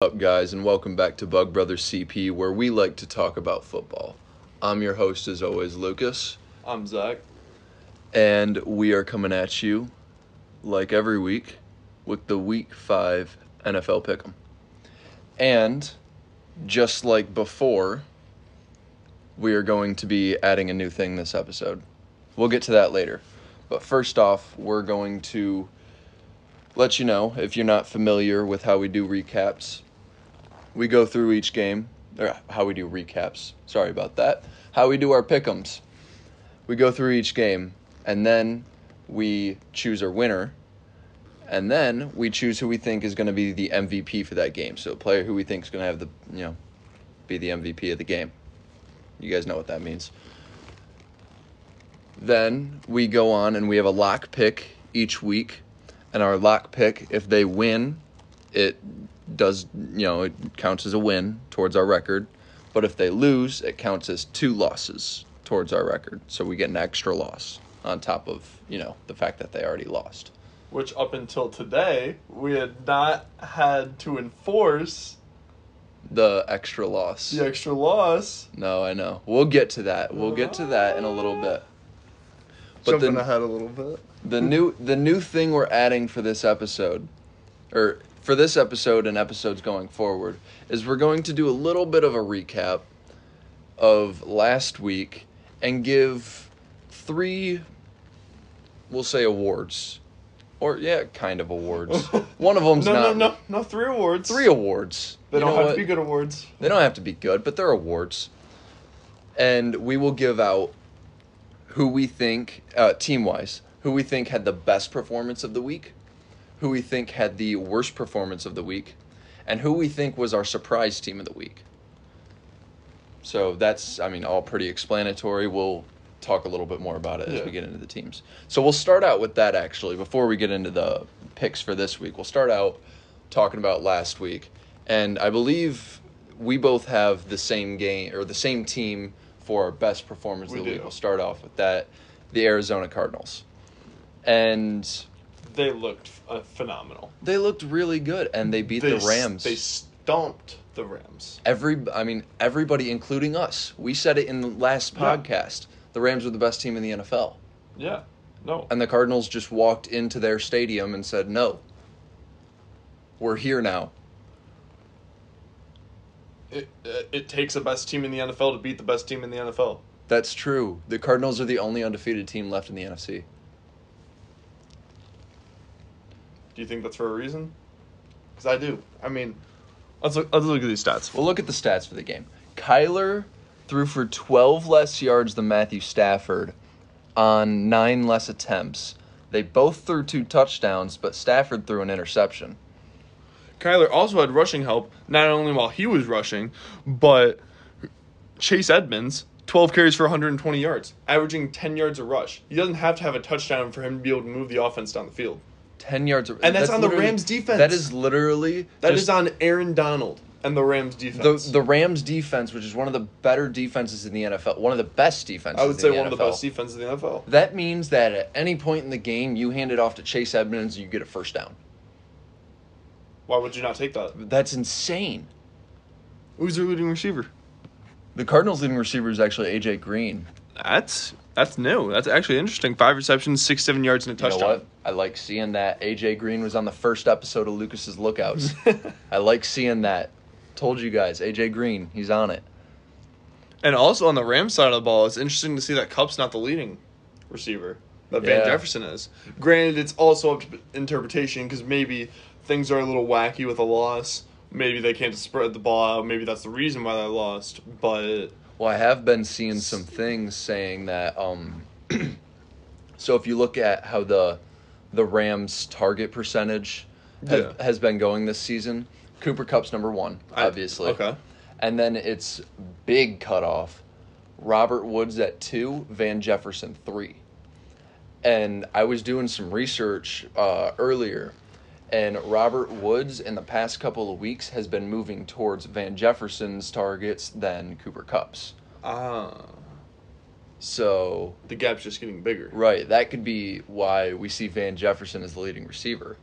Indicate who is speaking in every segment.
Speaker 1: up, guys, and welcome back to Bug Brothers CP, where we like to talk about football. I'm your host, as always, Lucas,
Speaker 2: I'm Zach.
Speaker 1: and we are coming at you, like every week, with the Week 5 NFL Pick'em. And, just like before, we are going to be adding a new thing this episode. We'll get to that later. But first off, we're going to let you know if you're not familiar with how we do recaps. We go through each game, or how we do recaps. Sorry about that. How we do our pick'ems. We go through each game, and then we choose our winner, and then we choose who we think is going to be the MVP for that game. So, a player who we think is going to have the you know be the MVP of the game. You guys know what that means. Then we go on and we have a lock pick each week. And our lock pick, if they win, it does, you know, it counts as a win towards our record. But if they lose, it counts as two losses towards our record. So we get an extra loss on top of, you know, the fact that they already lost.
Speaker 2: Which up until today we had not had to enforce
Speaker 1: The extra loss.
Speaker 2: the extra loss.
Speaker 1: No, I know. We'll get to that. We'll get to that in a little bit. But
Speaker 2: Jumping
Speaker 1: then-
Speaker 2: ahead a little bit.
Speaker 1: The new the new thing we're adding for this episode, or for this episode and episodes going forward, is we're going to do a little bit of a recap of last week and give three we'll say awards. Or yeah, kind of awards. One of them's
Speaker 2: No, no,
Speaker 1: not
Speaker 2: no, no. Three awards.
Speaker 1: three awards.
Speaker 2: They
Speaker 1: You
Speaker 2: don't
Speaker 1: know
Speaker 2: have
Speaker 1: what?
Speaker 2: to be good awards.
Speaker 1: They don't have to be good, but they're awards. And we will give out who we think, uh, team wise, who we think had the best performance of the week, who we think had the worst performance of the week, and who we think was our surprise team of the week. So that's, I mean, all pretty explanatory. We'll talk a little bit more about it as
Speaker 2: Yeah.
Speaker 1: we get into the teams. So we'll start out with that actually before we get into the picks for this week. We'll start out talking about last week, and I believe we both have the same game or the same team for our best performance
Speaker 2: We
Speaker 1: of the week.
Speaker 2: do.
Speaker 1: We'll start off with that, the Arizona Cardinals, and
Speaker 2: They looked uh, phenomenal.
Speaker 1: they looked really good, and they beat
Speaker 2: They
Speaker 1: the
Speaker 2: s-
Speaker 1: Rams.
Speaker 2: They stomped the Rams.
Speaker 1: Every, I mean, everybody, including us, we said it in the last
Speaker 2: Yeah.
Speaker 1: podcast. The Rams were the best team in the NFL.
Speaker 2: Yeah. No.
Speaker 1: and the Cardinals just walked into their stadium and said, "No, we're here now."
Speaker 2: It, it, it takes the best team in the NFL to beat the best team in the NFL.
Speaker 1: That's true. The Cardinals are the only undefeated team left in the NFC.
Speaker 2: Do you think that's for a reason? Because I do. I mean, let's look, let's look at these stats.
Speaker 1: Well, look at the stats for the game. Kyler threw for 12 less yards than Matthew Stafford on nine less attempts. They both threw two touchdowns, but Stafford threw an interception.
Speaker 2: Kyler also had rushing help, not only while he was rushing, but Chase Edmonds, 12 carries for 120 yards, averaging 10 yards a rush. He doesn't have to have a touchdown for him to be able to move the offense down the field.
Speaker 1: 10 yards.
Speaker 2: And that's on the
Speaker 1: literally-
Speaker 2: Rams' defense.
Speaker 1: That is literally
Speaker 2: That is
Speaker 1: just
Speaker 2: on Aaron Donald and the Rams
Speaker 1: the
Speaker 2: defense.
Speaker 1: the Rams defense, which is one of the better defenses in the NFL, one of the best defenses.
Speaker 2: I would say
Speaker 1: in the
Speaker 2: one of the
Speaker 1: NFL.
Speaker 2: best defenses in the NFL.
Speaker 1: That means that at any point in the game, you hand it off to Chase Edmonds and you get a first down.
Speaker 2: Why would you not take that?
Speaker 1: That's insane.
Speaker 2: Who's their leading receiver?
Speaker 1: The Cardinals' leading receiver is actually AJ Green.
Speaker 2: That's that's new. That's actually interesting. Five receptions, six seven yards, and a
Speaker 1: You know
Speaker 2: touchdown.
Speaker 1: what? I like seeing that. AJ Green was on the first episode of Lucas's Lookouts. I like seeing that. Told you guys, AJ Green, he's on it.
Speaker 2: And also on the Rams side of the ball, it's interesting to see that Cup's not the leading receiver. That
Speaker 1: Yeah.
Speaker 2: Van Jefferson is. Granted, it's also up to interpretation because maybe things are a little wacky with a loss. Maybe they can't spread the ball out. Maybe that's the reason why they lost. But
Speaker 1: Well, I have been seeing some things saying that. Um, so if you look at how the the Rams' target percentage have,
Speaker 2: Yeah.
Speaker 1: has been going this season, Cooper Cup's number one,
Speaker 2: I-
Speaker 1: obviously.
Speaker 2: okay.
Speaker 1: And then it's big cutoff. Robert Woods at two, Van Jefferson three. And I was doing some research uh, earlier, and Robert Woods in the past couple of weeks has been moving towards Van Jefferson's targets than Cooper Cup's.
Speaker 2: ah,
Speaker 1: So,
Speaker 2: the gap's just getting bigger.
Speaker 1: right, that could be why we see Van Jefferson as the leading receiver.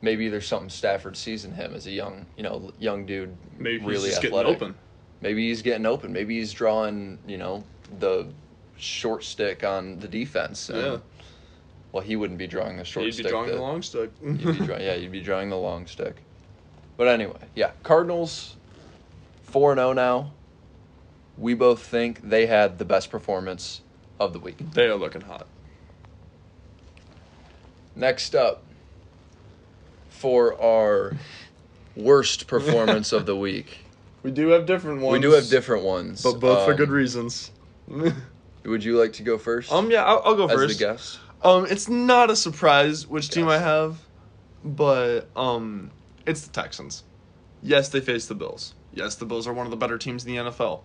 Speaker 1: Maybe there's something Stafford sees in him as a young, you know, young dude.
Speaker 2: Maybe he's
Speaker 1: really
Speaker 2: just
Speaker 1: athletic.
Speaker 2: getting open.
Speaker 1: Maybe he's getting open. Maybe he's drawing, you know, the short stick on the defense. and-
Speaker 2: Yeah.
Speaker 1: Well, he wouldn't be drawing the short
Speaker 2: He'd be
Speaker 1: stick.
Speaker 2: drawing
Speaker 1: that-
Speaker 2: the long stick.
Speaker 1: You'd be draw- yeah, you'd be drawing the long stick. But anyway, yeah, Cardinals 4 0 now. We both think they had the best performance of the week.
Speaker 2: they are looking hot.
Speaker 1: Next up for our worst performance of the week.
Speaker 2: We do have different ones.
Speaker 1: We do have different ones.
Speaker 2: but both for
Speaker 1: Um,
Speaker 2: good reasons. um,
Speaker 1: Would you like to go first?
Speaker 2: yeah, I'll, I'll go
Speaker 1: as
Speaker 2: first.
Speaker 1: the guest?
Speaker 2: Um, it's not a surprise which team I
Speaker 1: Yes.
Speaker 2: have, but um, it's the Texans. Yes, they face the Bills. Yes, the Bills are one of the better teams in the NFL.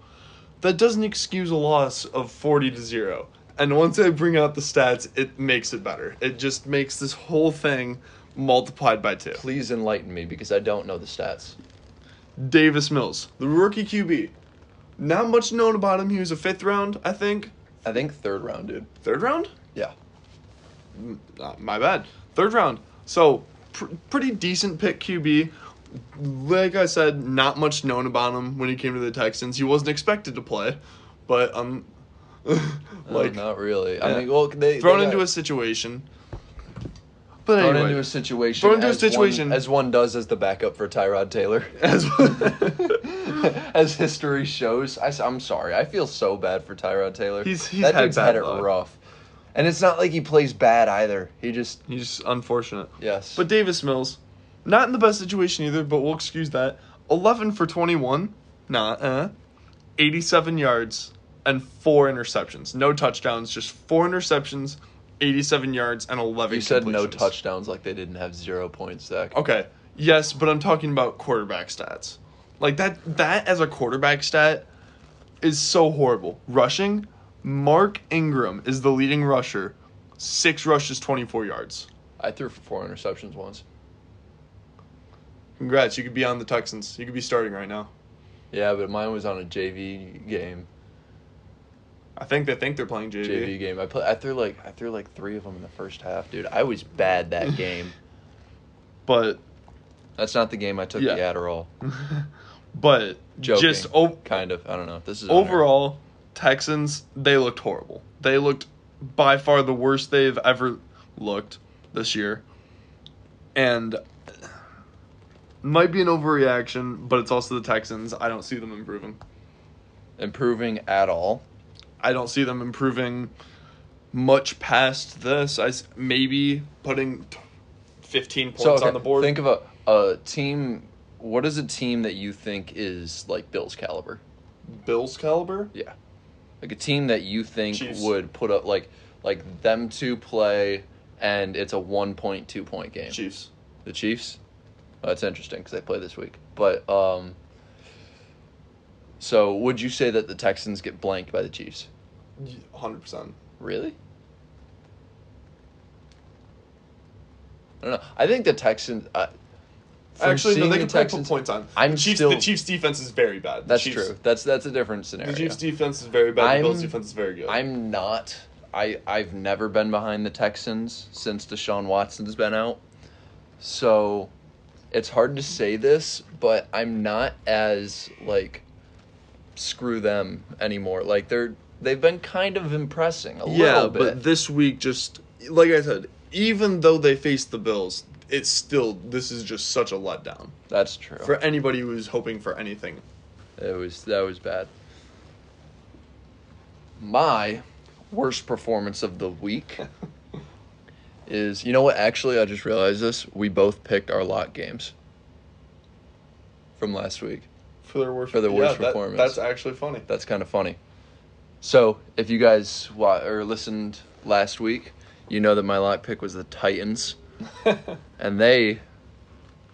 Speaker 2: That doesn't excuse a loss of forty to zero. And once I bring out the stats, it makes it better. It just makes this whole thing multiplied by two.
Speaker 1: Please enlighten me because I don't know the stats.
Speaker 2: Davis Mills, the rookie QB. Not much known about him. He was a fifth round, I think.
Speaker 1: I think third round, dude.
Speaker 2: Third round?
Speaker 1: Yeah.
Speaker 2: Uh, my bad. Third round. So pr- pretty decent pick QB. Like I said, not much known about him when he came to the Texans. He wasn't expected to play, but um,
Speaker 1: Like,
Speaker 2: like
Speaker 1: not really.
Speaker 2: yeah.
Speaker 1: I mean, well, they
Speaker 2: thrown
Speaker 1: Oh, they
Speaker 2: into
Speaker 1: got-
Speaker 2: a situation. But
Speaker 1: thrown
Speaker 2: anyway,
Speaker 1: into a situation.
Speaker 2: Thrown into a
Speaker 1: as one-
Speaker 2: situation.
Speaker 1: as one does as the backup for Tyrod Taylor,
Speaker 2: as
Speaker 1: as history shows. I, am sorry, I feel so bad for Tyrod Taylor.
Speaker 2: He's- he's
Speaker 1: that
Speaker 2: had
Speaker 1: dude's
Speaker 2: bad
Speaker 1: had it
Speaker 2: luck.
Speaker 1: rough, and it's not like he plays bad either. He just
Speaker 2: he's unfortunate.
Speaker 1: yes,
Speaker 2: But Davis Mills, not in the best situation either, but we'll excuse that. 11 for 21, nah, uh, 87 yards and four interceptions. No touchdowns, just four interceptions, 87 yards, and 11
Speaker 1: you said no
Speaker 2: completions. Oh.
Speaker 1: touchdowns, like they didn't have zero points. Zach,
Speaker 2: Okay, yes, but I'm talking about quarterback stats. Like that, that as a quarterback stat is so horrible. Rushing, Mark Ingram is the leading rusher, six rushes, 24 yards.
Speaker 1: I threw for four interceptions once.
Speaker 2: Congrats, you could be on the Texans. You could be starting right now.
Speaker 1: Yeah, but mine was on a JV game.
Speaker 2: I think they think they're playing JV.
Speaker 1: JV game. I play. I threw like I threw like three of them in the first half, dude. I was bad that game.
Speaker 2: But
Speaker 1: That's not the game I took the
Speaker 2: Yeah.
Speaker 1: Adderall.
Speaker 2: but
Speaker 1: Joking.
Speaker 2: just o-
Speaker 1: kind of. I don't know. This is on air.
Speaker 2: overall, Texans they looked horrible. They looked by far the worst they've ever looked this year, and might be an overreaction, but it's also the Texans. I don't see them improving.
Speaker 1: improving at all.
Speaker 2: I don't see them improving much past this. I s- maybe putting t- fifteen points
Speaker 1: So okay,
Speaker 2: on the board.
Speaker 1: think of a a team. What is a team that you think is like Bills caliber?
Speaker 2: Bills caliber.
Speaker 1: Yeah, like a team that you think
Speaker 2: Chiefs.
Speaker 1: would put up like like them two play, and it's a one point two point game.
Speaker 2: Chiefs.
Speaker 1: The Chiefs. Oh, that's interesting because they play this week. But um, so would you say that the Texans get blanked by the Chiefs?
Speaker 2: Hundred percent.
Speaker 1: Really? I don't know. I think the Texans. Uh, from
Speaker 2: Actually, no,
Speaker 1: seeing
Speaker 2: they
Speaker 1: the
Speaker 2: can probably put
Speaker 1: Texans-
Speaker 2: points on.
Speaker 1: I'm
Speaker 2: the Chiefs,
Speaker 1: still-
Speaker 2: the Chiefs' defense is very bad. The
Speaker 1: That's
Speaker 2: Chiefs,
Speaker 1: true. That's that's a different scenario.
Speaker 2: The Chiefs' defense is very bad. The Bills'
Speaker 1: I'm-
Speaker 2: defense is very good.
Speaker 1: I'm not. I I've never been behind the Texans since Deshaun Watson's been out. So it's hard to say this, but I'm not as like screw them anymore. Like they're they've been kind of impressing a
Speaker 2: yeah,
Speaker 1: little bit.
Speaker 2: but this week, just like I said, even though they faced the Bills, it's still this is just such a letdown
Speaker 1: That's true.
Speaker 2: for anybody who was hoping for anything.
Speaker 1: It was that was bad. My worst performance of the week is you know what? Actually, I just realized this. We both picked our lot games from last week.
Speaker 2: For their worst,
Speaker 1: For their worst
Speaker 2: that-
Speaker 1: performance.
Speaker 2: That's actually funny.
Speaker 1: That's kind of funny. So, if you guys wa- or listened last week, you know that my lock pick was the Titans, and they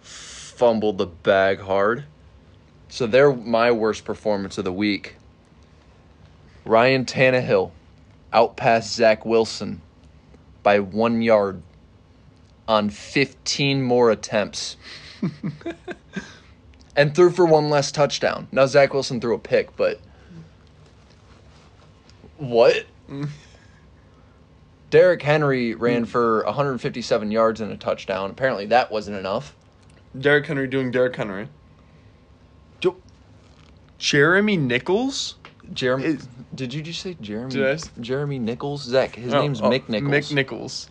Speaker 1: fumbled the bag hard. So they're my worst performance of the week. Ryan Tannehill outpassed Zach Wilson by one yard on 15 more attempts and threw for one less touchdown. Now, Zach Wilson threw a pick,
Speaker 2: Mm.
Speaker 1: but what? Derrick Henry ran for 157 yards and a touchdown. Apparently, that wasn't enough.
Speaker 2: Derrick Henry doing Derrick Henry.
Speaker 1: Jo-
Speaker 2: Jeremy Nichols?
Speaker 1: Jeremy,
Speaker 2: Is-
Speaker 1: did you just say Jeremy?
Speaker 2: Did I s-
Speaker 1: Jeremy Nichols, Zach. His
Speaker 2: Oh,
Speaker 1: name's
Speaker 2: oh,
Speaker 1: Mick Nichols.
Speaker 2: Mick Nichols.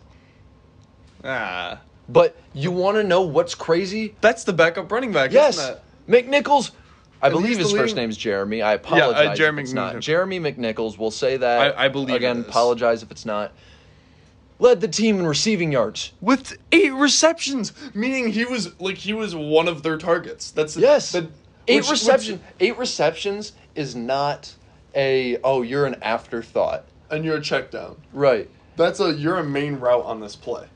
Speaker 2: Ah.
Speaker 1: but you want to know what's crazy?
Speaker 2: That's the backup running back,
Speaker 1: Yes,
Speaker 2: isn't it?
Speaker 1: Mick Nichols. I
Speaker 2: At
Speaker 1: believe
Speaker 2: least
Speaker 1: his
Speaker 2: the
Speaker 1: first
Speaker 2: leading- uh,
Speaker 1: name's Jeremy. I apologize
Speaker 2: Jeremy
Speaker 1: if it's not.
Speaker 2: McNichol.
Speaker 1: Jeremy McNichols. We'll say that.
Speaker 2: I- I believe it
Speaker 1: Again,
Speaker 2: is.
Speaker 1: apologize if it's not. Led the team in receiving yards.
Speaker 2: With eight receptions, meaning he was like he was one of their targets. That's
Speaker 1: Yes.
Speaker 2: that-
Speaker 1: eight
Speaker 2: which- which-
Speaker 1: reception. Eight receptions is not a oh you're an afterthought.
Speaker 2: and you're a check down.
Speaker 1: Right.
Speaker 2: That's a you're a main route on this play.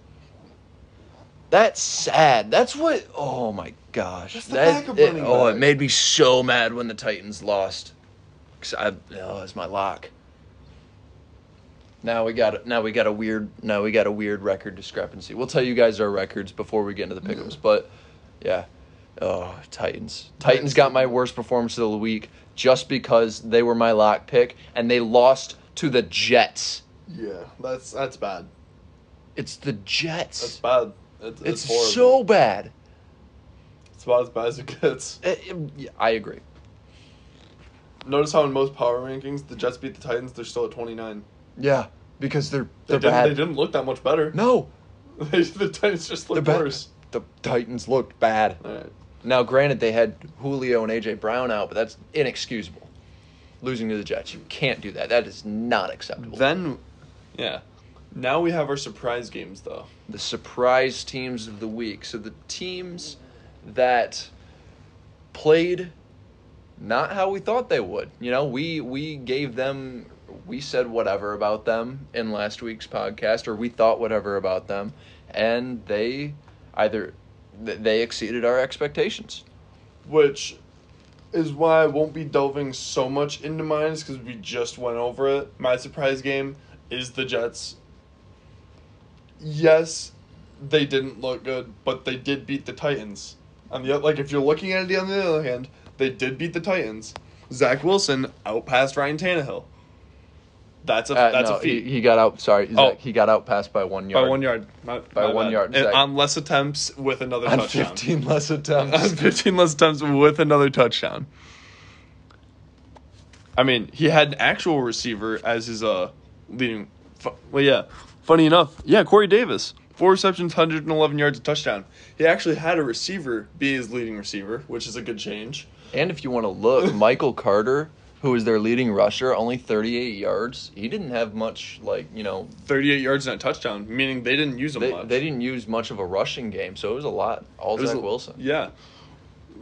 Speaker 1: That's sad. That's what. Oh my gosh.
Speaker 2: That's the
Speaker 1: That-
Speaker 2: backup
Speaker 1: it,
Speaker 2: running
Speaker 1: oh, it
Speaker 2: back.
Speaker 1: made me so mad when the Titans lost. 'Cause I oh, it's my lock. Now we got now we got a weird now we got a weird record discrepancy. We'll tell you guys our records before we get into the pickups,
Speaker 2: Mm.
Speaker 1: but yeah. Oh, Titans. Titans got my worst performance of the week just because they were my lock pick and they lost to the Jets.
Speaker 2: Yeah, that's that's bad.
Speaker 1: It's the Jets.
Speaker 2: That's bad. It's,
Speaker 1: it's
Speaker 2: horrible.
Speaker 1: so bad.
Speaker 2: It's about as bad as it gets.
Speaker 1: Eh, eh, yeah, I agree.
Speaker 2: Notice how in most power rankings the Jets beat the Titans. They're still at twenty nine.
Speaker 1: Yeah, because they're
Speaker 2: They
Speaker 1: they're
Speaker 2: didn't.
Speaker 1: bad.
Speaker 2: They didn't look that much better.
Speaker 1: No,
Speaker 2: the Titans just
Speaker 1: they're
Speaker 2: looked
Speaker 1: bad.
Speaker 2: worse.
Speaker 1: The Titans looked bad.
Speaker 2: All right.
Speaker 1: Now, granted, they had Julio and AJ Brown out, but that's inexcusable. Losing to the Jets, you can't do that. That is not acceptable.
Speaker 2: Then, yeah. Now we have our surprise games though.
Speaker 1: the surprise teams of the week. So the teams that played not how we thought they would. You know, we we gave them we said whatever about them in last week's podcast or we thought whatever about them and they either th- they exceeded our expectations.
Speaker 2: which is why I won't be delving so much into mine because we just went over it. My surprise game is the Jets. Yes, they didn't look good, but they did beat the Titans. On the oth- like, if you're looking at it on the other hand, they did beat the Titans. Zach Wilson outpassed Ryan Tannehill. That's a
Speaker 1: Uh,
Speaker 2: that's
Speaker 1: no,
Speaker 2: a feat
Speaker 1: He, he got out sorry,
Speaker 2: Oh.
Speaker 1: Zach, he got out passed by 1
Speaker 2: by
Speaker 1: yard.
Speaker 2: one yard. My,
Speaker 1: By
Speaker 2: my
Speaker 1: one
Speaker 2: bad.
Speaker 1: yard,
Speaker 2: And
Speaker 1: Zach.
Speaker 2: on less attempts with another
Speaker 1: on
Speaker 2: touchdown.
Speaker 1: 15 less
Speaker 2: on
Speaker 1: attempts.
Speaker 2: 15 less attempts with another touchdown. I mean, he had an actual receiver as his uh leading. fu- Well, yeah. Funny enough, yeah, Corey Davis, four receptions, 111 yards, a touchdown. He actually had a receiver be his leading receiver, which is a good change.
Speaker 1: And if you want to look, Michael Carter, who was their leading rusher, only 38 yards. He didn't have much, like, you know,
Speaker 2: 38 yards and a touchdown, meaning they didn't use him
Speaker 1: they,
Speaker 2: much.
Speaker 1: they didn't use much of a rushing game, so it was a lot. All
Speaker 2: It was
Speaker 1: Zach
Speaker 2: a-
Speaker 1: Wilson.
Speaker 2: Yeah.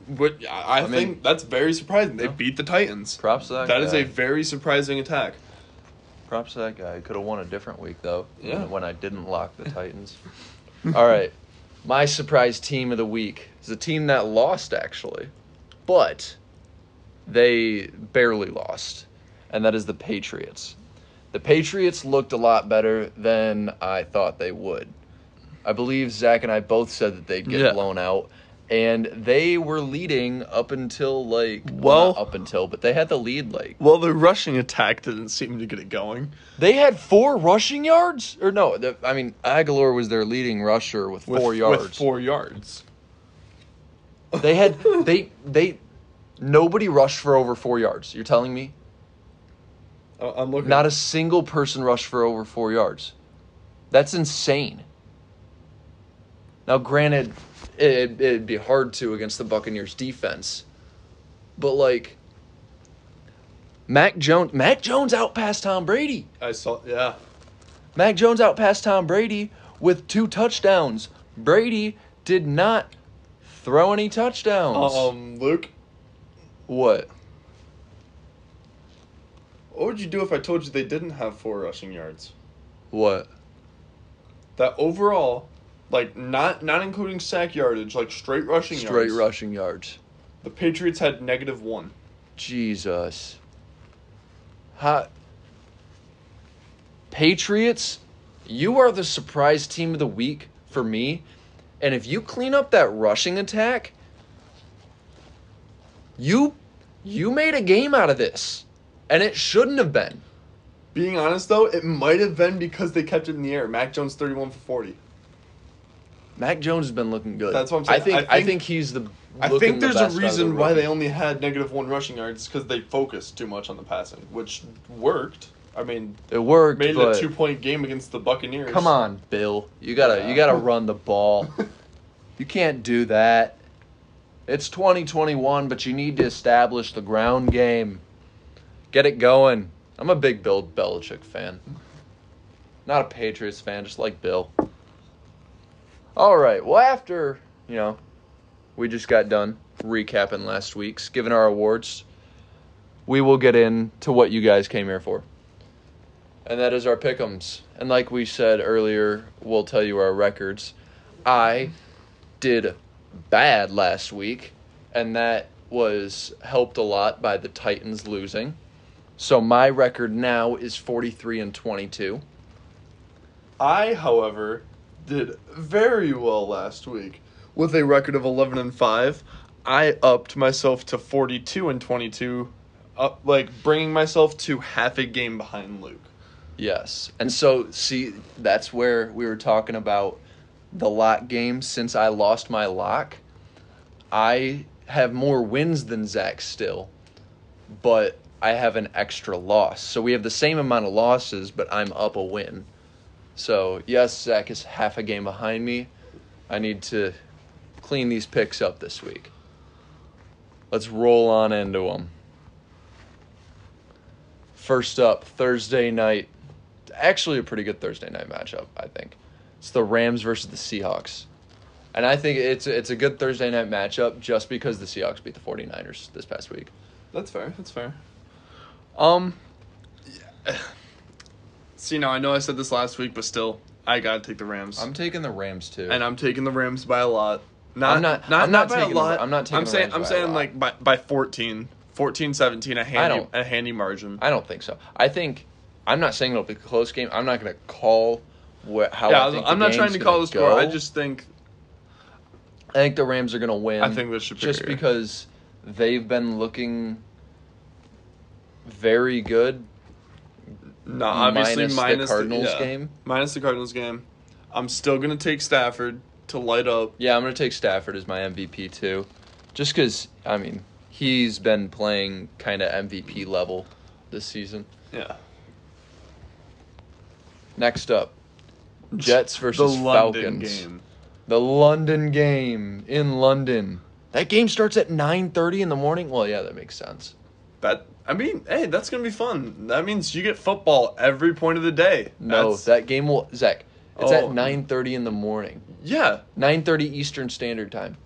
Speaker 2: But I, I,
Speaker 1: I mean-
Speaker 2: think that's very surprising. They
Speaker 1: Yeah.
Speaker 2: beat the Titans.
Speaker 1: Props to that
Speaker 2: That is
Speaker 1: guy.
Speaker 2: a very surprising attack.
Speaker 1: Props to that guy. Could have won a different week, though,
Speaker 2: Yeah.
Speaker 1: when I didn't lock the Titans. All right. My surprise team of the week is a team that lost, actually, but they barely lost, and that is the Patriots. The Patriots looked a lot better than I thought they would. I believe Zach and I both said that they'd get
Speaker 2: Yeah.
Speaker 1: blown out, and they were leading up until like
Speaker 2: Well-
Speaker 1: not up until, but they had the lead like
Speaker 2: Well, the rushing attack didn't seem to get it going.
Speaker 1: They had four rushing yards, or no? The, I mean, Aguilar was their leading rusher with
Speaker 2: With-
Speaker 1: four yards.
Speaker 2: With four yards.
Speaker 1: They had they they nobody rushed for over four yards. You're telling me
Speaker 2: I- Uh, I'm looking.
Speaker 1: not a single person rushed for over four yards. That's insane. Now, granted, it, it'd be hard to against the Buccaneers defense, but like Mac Jones, Mac Jones outpassed Tom Brady.
Speaker 2: I saw. Yeah.
Speaker 1: Mac Jones outpassed Tom Brady with two touchdowns. Brady did not throw any touchdowns.
Speaker 2: Um, Luke,
Speaker 1: What?
Speaker 2: what would you do if I told you they didn't have four rushing yards?
Speaker 1: What?
Speaker 2: That overall, like not not including sack yardage, like straight rushing
Speaker 1: Straight
Speaker 2: yards.
Speaker 1: rushing yards.
Speaker 2: The Patriots had negative one.
Speaker 1: Jesus. Hot. Patriots, you are the surprise team of the week for me. And if you clean up that rushing attack, you you made a game out of this. And it shouldn't have been.
Speaker 2: Being honest though, it might have been because they kept it in the air. Mac Jones thirty one for forty.
Speaker 1: Mac Jones has been looking good.
Speaker 2: That's what I'm saying.
Speaker 1: I think I
Speaker 2: I
Speaker 1: think,
Speaker 2: think-
Speaker 1: he's the.
Speaker 2: I
Speaker 1: looking
Speaker 2: think
Speaker 1: the
Speaker 2: there's
Speaker 1: best
Speaker 2: a
Speaker 1: out of the
Speaker 2: reason why they
Speaker 1: rookies.
Speaker 2: only had negative one rushing yards because they focused too much on the passing, which worked. I mean,
Speaker 1: It worked,
Speaker 2: made it
Speaker 1: but
Speaker 2: a two point game against the Buccaneers.
Speaker 1: come on, Bill, you gotta you
Speaker 2: Yeah.
Speaker 1: gotta run the ball. you can't do that. It's 2021, but you need to establish the ground game. Get it going. I'm a big Bill Belichick fan. Not a Patriots fan, just like Bill. All right. Well, after you know, we just got done recapping last week's, giving our awards. We will get into what you guys came here for. And that is our pick'ems. And like we said earlier, we'll tell you our records. I did bad last week, and that was helped a lot by the Titans losing. So my record now is 43 and 22.
Speaker 2: I, however, did very well last week with a record of 11 and 5. I upped myself to 42 and 22, up like bringing myself to half a game behind Luke.
Speaker 1: Yes. And so, see, that's where we were talking about the lock game. Since I lost my lock, I have more wins than Zach still, but I have an extra loss. So we have the same amount of losses, but I'm up a win. So, yes, Zach is half a game behind me. I need to clean these picks up this week. Let's roll on into them. First up, Thursday night. Actually, a pretty good Thursday night matchup, I think. It's the Rams versus the Seahawks. And I think it's it's a good Thursday night matchup just because the Seahawks beat the 49ers this past week.
Speaker 2: That's fair. That's fair. Um, yeah. see, now I know I said this last week, but still, I gotta take the Rams.
Speaker 1: I'm taking the Rams too.
Speaker 2: and I'm taking the Rams by a lot. Not,
Speaker 1: I'm not-
Speaker 2: not, not,
Speaker 1: I'm not
Speaker 2: by
Speaker 1: taking
Speaker 2: a
Speaker 1: the-
Speaker 2: lot.
Speaker 1: I'm not taking
Speaker 2: I'm
Speaker 1: the
Speaker 2: saying,
Speaker 1: Rams
Speaker 2: I'm
Speaker 1: by a
Speaker 2: saying
Speaker 1: lot.
Speaker 2: like by, by 14, 14, 17, a handy,
Speaker 1: don't-
Speaker 2: a handy margin.
Speaker 1: I don't think so. I think I'm not saying it'll be a close game. I'm not going to call what how
Speaker 2: yeah,
Speaker 1: I think the
Speaker 2: I'm not trying
Speaker 1: game's
Speaker 2: to call
Speaker 1: gonna
Speaker 2: the score. I
Speaker 1: go.
Speaker 2: just think
Speaker 1: I think the Rams are going to win.
Speaker 2: I think this should be
Speaker 1: just
Speaker 2: clear.
Speaker 1: because they've been looking very good
Speaker 2: no, obviously
Speaker 1: minus
Speaker 2: minus,
Speaker 1: the Cardinals
Speaker 2: yeah,
Speaker 1: game.
Speaker 2: minus the Cardinals game. I'm still gonna take Stafford to light up.
Speaker 1: Yeah, I'm going to take Stafford as my MVP too. Just because, I mean, he's been playing kind of MVP level this season.
Speaker 2: Yeah,
Speaker 1: Next up Jets versus
Speaker 2: the London
Speaker 1: Falcons.
Speaker 2: game.
Speaker 1: The London game in London. That game starts at 9.30 in the morning. Well, yeah, that makes sense.
Speaker 2: That I mean, hey, that's gonna be fun. That means you get football every point of the day.
Speaker 1: No,
Speaker 2: That's-
Speaker 1: that game will... Zach, it's at
Speaker 2: Oh.
Speaker 1: 9.30 in the morning.
Speaker 2: yeah,
Speaker 1: 9.30 Eastern Standard Time.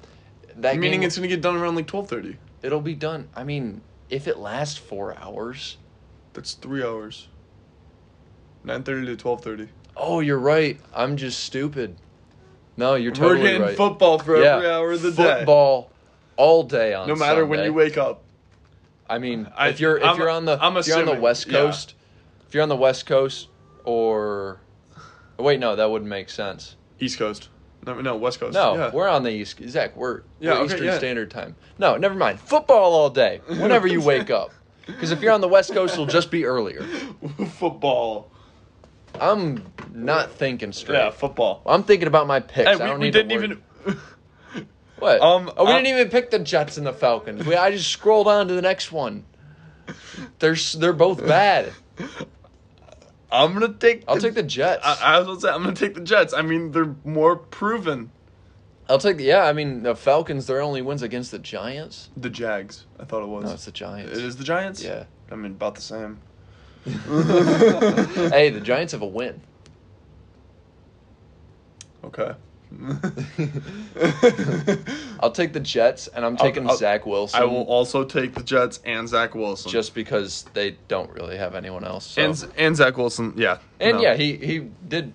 Speaker 1: That
Speaker 2: meaning
Speaker 1: game,
Speaker 2: it's gonna get done around like twelve thirty.
Speaker 1: it'll be done. I mean, if it lasts four hours...
Speaker 2: That's three hours. Nine thirty to twelve thirty.
Speaker 1: Oh, you're right. I'm just stupid. No, you're totally
Speaker 2: We're getting
Speaker 1: right.
Speaker 2: football for every hour of the day.
Speaker 1: Football all day on
Speaker 2: No matter when
Speaker 1: Sunday.
Speaker 2: you wake up.
Speaker 1: I mean,
Speaker 2: I-
Speaker 1: if you're if
Speaker 2: I'm-
Speaker 1: you're on the
Speaker 2: I'm
Speaker 1: if you're on the
Speaker 2: assuming,
Speaker 1: West
Speaker 2: yeah.
Speaker 1: Coast, if you're on the West Coast or oh, wait, no, that wouldn't make sense.
Speaker 2: East Coast. No, no West Coast.
Speaker 1: No,
Speaker 2: yeah.
Speaker 1: we're on the East. Zach, we're,
Speaker 2: Yeah,
Speaker 1: we're
Speaker 2: okay,
Speaker 1: Eastern
Speaker 2: yeah.
Speaker 1: Standard Time. No, never mind. Football all day. Whenever you wake up, because if you're on the West Coast, it'll just be earlier.
Speaker 2: football.
Speaker 1: I'm not thinking straight.
Speaker 2: Yeah, football.
Speaker 1: I'm thinking about my picks.
Speaker 2: Hey,
Speaker 1: I
Speaker 2: we,
Speaker 1: don't
Speaker 2: we
Speaker 1: need to
Speaker 2: didn't
Speaker 1: worry.
Speaker 2: even.
Speaker 1: What?
Speaker 2: Um,
Speaker 1: oh, we
Speaker 2: uh,
Speaker 1: didn't even pick the Jets and the Falcons. We, I just scrolled on to the next one. They're s- they're both bad.
Speaker 2: I'm gonna take.
Speaker 1: I'll take the Jets.
Speaker 2: I, I was gonna say I'm gonna take the Jets. I mean, they're more proven.
Speaker 1: I'll take the yeah. I mean the Falcons. Their only wins against the Giants.
Speaker 2: The Jags. I thought it was.
Speaker 1: No, it's the Giants.
Speaker 2: It is the Giants.
Speaker 1: Yeah.
Speaker 2: I mean, about the same.
Speaker 1: hey, the Giants have a win.
Speaker 2: Okay.
Speaker 1: I'll take the Jets, and I'm taking
Speaker 2: I'll-
Speaker 1: Zach Wilson.
Speaker 2: I will also take the Jets and Zach Wilson.
Speaker 1: just because they don't really have anyone else. So.
Speaker 2: and and Zach Wilson. Yeah.
Speaker 1: And
Speaker 2: no.
Speaker 1: yeah, he he did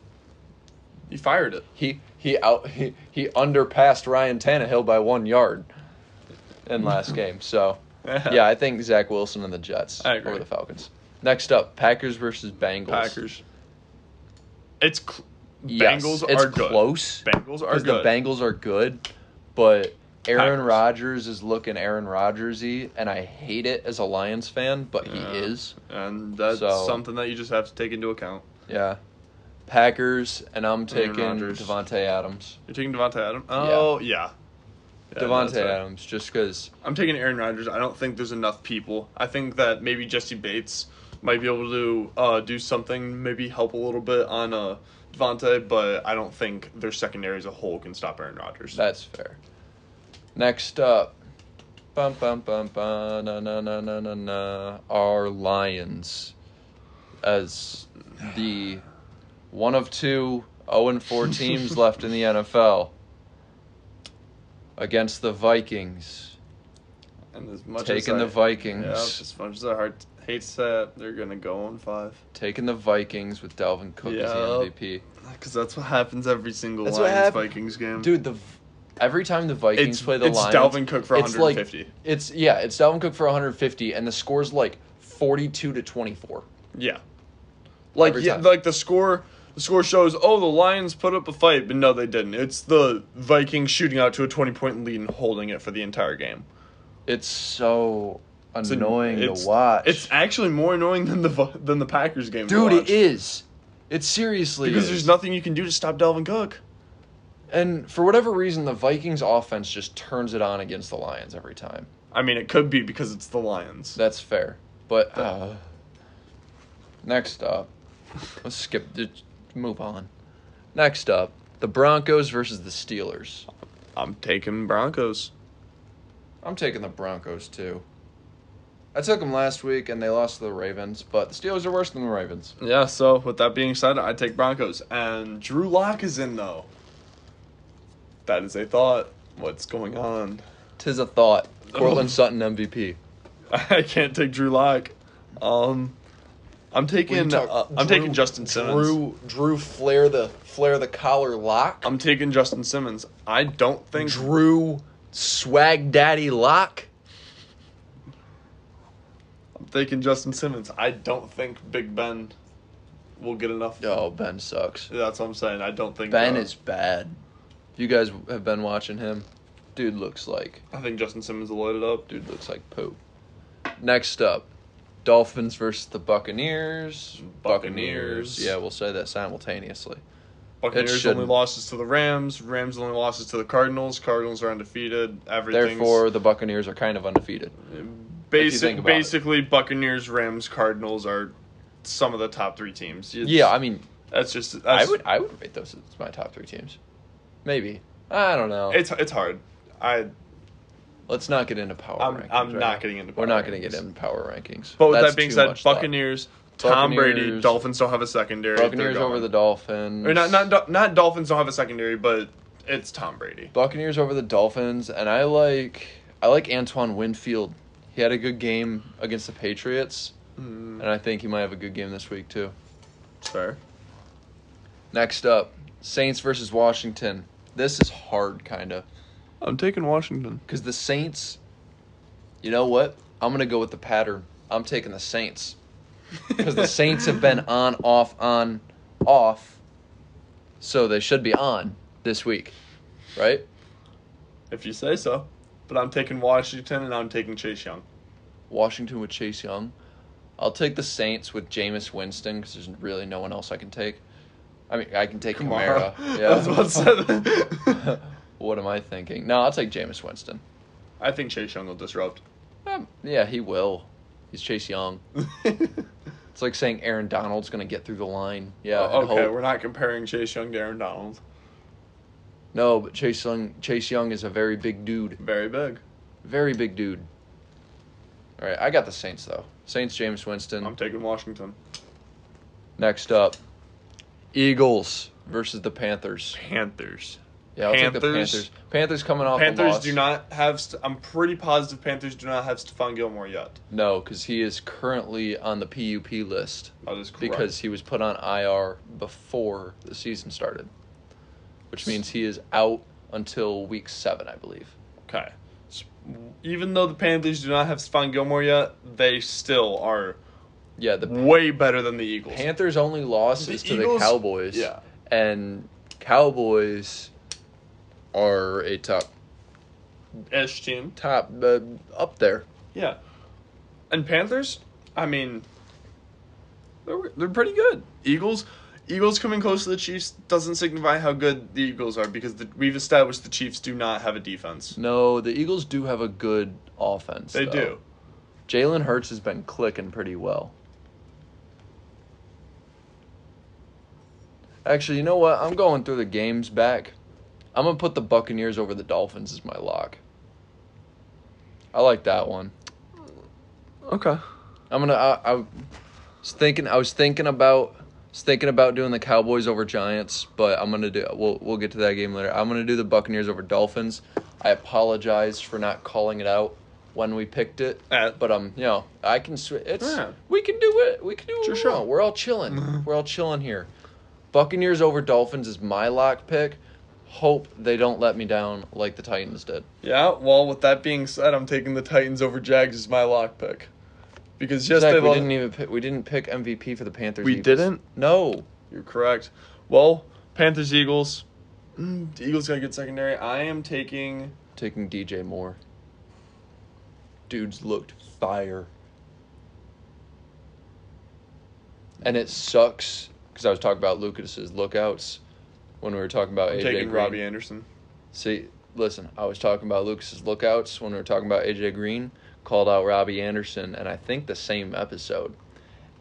Speaker 2: he fired it.
Speaker 1: he he out he, he underpassed Ryan Tannehill by one yard in last game. So yeah, I think Zach Wilson and the Jets
Speaker 2: I agree.
Speaker 1: over the Falcons. Next up, Packers versus Bengals.
Speaker 2: Packers. It's cl-
Speaker 1: Yes,
Speaker 2: Bengals
Speaker 1: it's
Speaker 2: are good.
Speaker 1: close.
Speaker 2: Bengals are
Speaker 1: Because
Speaker 2: good.
Speaker 1: the Bengals are good, but Aaron
Speaker 2: Packers.
Speaker 1: Rodgers is looking Aaron Rodgersy, and I hate it as a Lions fan, but
Speaker 2: Yeah.
Speaker 1: he is.
Speaker 2: and that's
Speaker 1: So-
Speaker 2: something that you just have to take into account.
Speaker 1: Yeah. Packers, and I'm taking
Speaker 2: Rodgers.
Speaker 1: Devontae Adams.
Speaker 2: You're taking Devonte Adams. Oh yeah, Yeah, no,
Speaker 1: Devontae
Speaker 2: that's right.
Speaker 1: Adams, just because.
Speaker 2: I'm taking Aaron Rodgers. I don't think there's enough people. I think that maybe Jesse Bates might be able to uh, do something, maybe help a little bit on uh, Devontae, but I don't think their secondary as a whole can stop Aaron Rodgers.
Speaker 1: That's fair. Next up, bum bum bum bum na na na na na na are Lions as the one of two 0 and 4 teams left in the NFL against the Vikings.
Speaker 2: and as much
Speaker 1: taking
Speaker 2: as
Speaker 1: the
Speaker 2: I-
Speaker 1: Vikings.
Speaker 2: Yeah, as much as our heart hates that, they're gonna go on five
Speaker 1: Taking the Vikings with Dalvin Cook as
Speaker 2: Yup.
Speaker 1: the MVP.
Speaker 2: because that's what happens every single
Speaker 1: That's what
Speaker 2: Lions
Speaker 1: hap-
Speaker 2: Vikings game.
Speaker 1: Dude, the every time the Vikings
Speaker 2: it's
Speaker 1: play the
Speaker 2: it's
Speaker 1: Lions,
Speaker 2: Dalvin Cook for
Speaker 1: it's like
Speaker 2: 150.
Speaker 1: It's yeah, it's Dalvin Cook for 150, and the score's like 42 to 24.
Speaker 2: Yeah. Like
Speaker 1: Every
Speaker 2: yeah,
Speaker 1: time.
Speaker 2: like the score the score shows, oh the Lions put up a fight, but no they didn't. It's the Vikings shooting out to a twenty point lead and holding it for the entire game.
Speaker 1: It's so
Speaker 2: It's an-
Speaker 1: annoying
Speaker 2: it's-
Speaker 1: to watch.
Speaker 2: It's actually more annoying than the Vi- than the Packers game. to
Speaker 1: dude,
Speaker 2: watch.
Speaker 1: it is. It seriously
Speaker 2: because
Speaker 1: is.
Speaker 2: there's nothing you can do to stop Dalvin Cook.
Speaker 1: and for whatever reason, the Vikings offense just turns it on against the Lions every time.
Speaker 2: I mean, it could be because it's the Lions.
Speaker 1: That's fair. But uh, next up, let's skip. just Move on. Next up, the Broncos versus the Steelers.
Speaker 2: I'm taking Broncos.
Speaker 1: I'm taking the Broncos too. I took them last week and they lost to the Ravens, but the Steelers are worse than the Ravens.
Speaker 2: Yeah. So with that being said, I take Broncos, and Drew Lock is in though. That is a thought. What's going on?
Speaker 1: Tis a thought. Cortland Sutton MVP.
Speaker 2: I can't take Drew Lock. Um, I'm taking uh, I'm taking Justin Simmons.
Speaker 1: Drew Drew flare the flare the collar lock.
Speaker 2: I'm taking Justin Simmons. I don't think
Speaker 1: Drew swag daddy lock.
Speaker 2: I'm taking Justin Simmons. I don't think Big Ben will get enough.
Speaker 1: Oh, Ben sucks.
Speaker 2: That's what I'm saying. I don't think
Speaker 1: Ben
Speaker 2: uh,
Speaker 1: is bad. You guys have been watching him. Dude looks like
Speaker 2: I think Justin Simmons will light it up.
Speaker 1: dude looks like poop. Next up, Dolphins versus the Buccaneers.
Speaker 2: Buccaneers.
Speaker 1: Yeah, well say that simultaneously.
Speaker 2: Buccaneers
Speaker 1: shouldn't.
Speaker 2: only losses to the Rams. Rams only losses to the Cardinals. Cardinals are undefeated. Everything's
Speaker 1: Therefore, the Buccaneers are kind of undefeated. think
Speaker 2: basic.
Speaker 1: about it.
Speaker 2: Basically, Buccaneers, Rams, Cardinals are some of the top three teams. It's-
Speaker 1: yeah, I mean,
Speaker 2: that's just
Speaker 1: I
Speaker 2: that's,
Speaker 1: would I would rate those as my top three teams. Maybe I don't know.
Speaker 2: It's it's hard. I
Speaker 1: Let's not get into power.
Speaker 2: I'm-
Speaker 1: rankings,
Speaker 2: I'm
Speaker 1: right?
Speaker 2: not getting into
Speaker 1: We're
Speaker 2: power
Speaker 1: not going to get
Speaker 2: rankings.
Speaker 1: into power rankings.
Speaker 2: But with
Speaker 1: That's
Speaker 2: that being
Speaker 1: too
Speaker 2: said,
Speaker 1: much thought.
Speaker 2: Buccaneers, Tom Brady,
Speaker 1: Buccaneers-
Speaker 2: Dolphins don't have a secondary. They're
Speaker 1: Buccaneers
Speaker 2: going.
Speaker 1: over the Dolphins.
Speaker 2: or not not Dol- not Dolphins don't have a secondary, but it's Tom Brady.
Speaker 1: Buccaneers over the Dolphins, and I like I like Antoine Winfield. He had a good game against the Patriots,
Speaker 2: Mm,
Speaker 1: and I think he might have a good game this week too.
Speaker 2: fair.
Speaker 1: Next up, Saints versus Washington. This is hard, kind of,
Speaker 2: I'm taking Washington.
Speaker 1: because the Saints. You know what? I'm gonna go with the pattern. I'm taking the Saints because the Saints have been on, off, on, off. So they should be on this week, right?
Speaker 2: if you say so. But I'm taking Washington and I'm taking Chase Young.
Speaker 1: Washington with Chase Young. I'll take the Saints with Jameis Winston because there's really no one else I can take. I mean, I can take Kamara.
Speaker 2: That's what I
Speaker 1: Yeah.
Speaker 2: said.
Speaker 1: what am I thinking? No, I'll take Jameis Winston.
Speaker 2: I think Chase Young will disrupt.
Speaker 1: Um, yeah, he will. He's Chase Young. It's like saying Aaron Donald's going to get through the line. Yeah.
Speaker 2: Oh,
Speaker 1: and
Speaker 2: okay,
Speaker 1: hope.
Speaker 2: we're not comparing Chase Young to Aaron Donald.
Speaker 1: No, but Chase Young, Chase Young is a very big dude.
Speaker 2: Very big.
Speaker 1: Very big dude. All right, I got the Saints, though. Saints, Jameis Winston.
Speaker 2: I'm taking Washington.
Speaker 1: Next up Eagles versus the Panthers.
Speaker 2: Panthers.
Speaker 1: Yeah, I'll take the
Speaker 2: Panthers.
Speaker 1: Panthers. Panthers coming off a
Speaker 2: Panthers
Speaker 1: loss.
Speaker 2: do not have. St- I'm pretty positive Panthers do not have Stephon Gilmore yet.
Speaker 1: No, because he is currently on the PUP list
Speaker 2: That is correct.
Speaker 1: because he was put on IR before the season started, which means he is out until week seven, I believe.
Speaker 2: okay, S- even though the Panthers do not have Stephon Gilmore yet, they still are
Speaker 1: Yeah, the
Speaker 2: way better than the Eagles.
Speaker 1: Panthers' only loss
Speaker 2: The
Speaker 1: is to
Speaker 2: Eagles-
Speaker 1: the Cowboys.
Speaker 2: yeah.
Speaker 1: and Cowboys are a top
Speaker 2: ish team.
Speaker 1: top uh, up there.
Speaker 2: Yeah. And Panthers, I mean, they're, they're pretty good. Eagles, Eagles coming close to the Chiefs doesn't signify how good the Eagles are because the, we've established the Chiefs do not have a defense.
Speaker 1: No, the Eagles do have a good offense.
Speaker 2: They
Speaker 1: though.
Speaker 2: do.
Speaker 1: Jalen Hurts has been clicking pretty well. Actually, you know what? I'm going through the games back. I'm gonna put the Buccaneers over the Dolphins as my lock. I like that one.
Speaker 2: Okay.
Speaker 1: I'm gonna. I, I was thinking. I was thinking about. Was thinking about doing the Cowboys over Giants, but I'm gonna do. We'll we'll get to that game later. I'm gonna do the Buccaneers over Dolphins. I apologize for not calling it out when we picked it,
Speaker 2: Uh,
Speaker 1: but um, you know, I can. Sw- it's
Speaker 2: Yeah.
Speaker 1: we can do it. We can do it.
Speaker 2: your
Speaker 1: Sure.
Speaker 2: show.
Speaker 1: We're all chilling.
Speaker 2: Mm-hmm.
Speaker 1: We're all chilling here. Buccaneers over Dolphins is my lock pick. Hope they don't let me down like the Titans did.
Speaker 2: Yeah, well, with that being said, I'm taking the Titans over Jags as my lock pick. Because yes,
Speaker 1: Zach,
Speaker 2: they
Speaker 1: we
Speaker 2: lost.
Speaker 1: didn't even pick, we didn't pick MVP for the Panthers.
Speaker 2: We
Speaker 1: Eagles.
Speaker 2: didn't?
Speaker 1: No.
Speaker 2: You're correct. Well, Panthers, Eagles. Mm, the Eagles got a good secondary. I am taking.
Speaker 1: taking DJ Moore. Dudes looked fire. And it sucks because I was talking about Lucas's lookouts when we were talking about
Speaker 2: I'm
Speaker 1: AJ
Speaker 2: taking
Speaker 1: Green.
Speaker 2: Robbie Anderson.
Speaker 1: See, listen, I was talking about Lucas's lookouts when we were talking about AJ Green. Called out Robbie Anderson, and I think the same episode,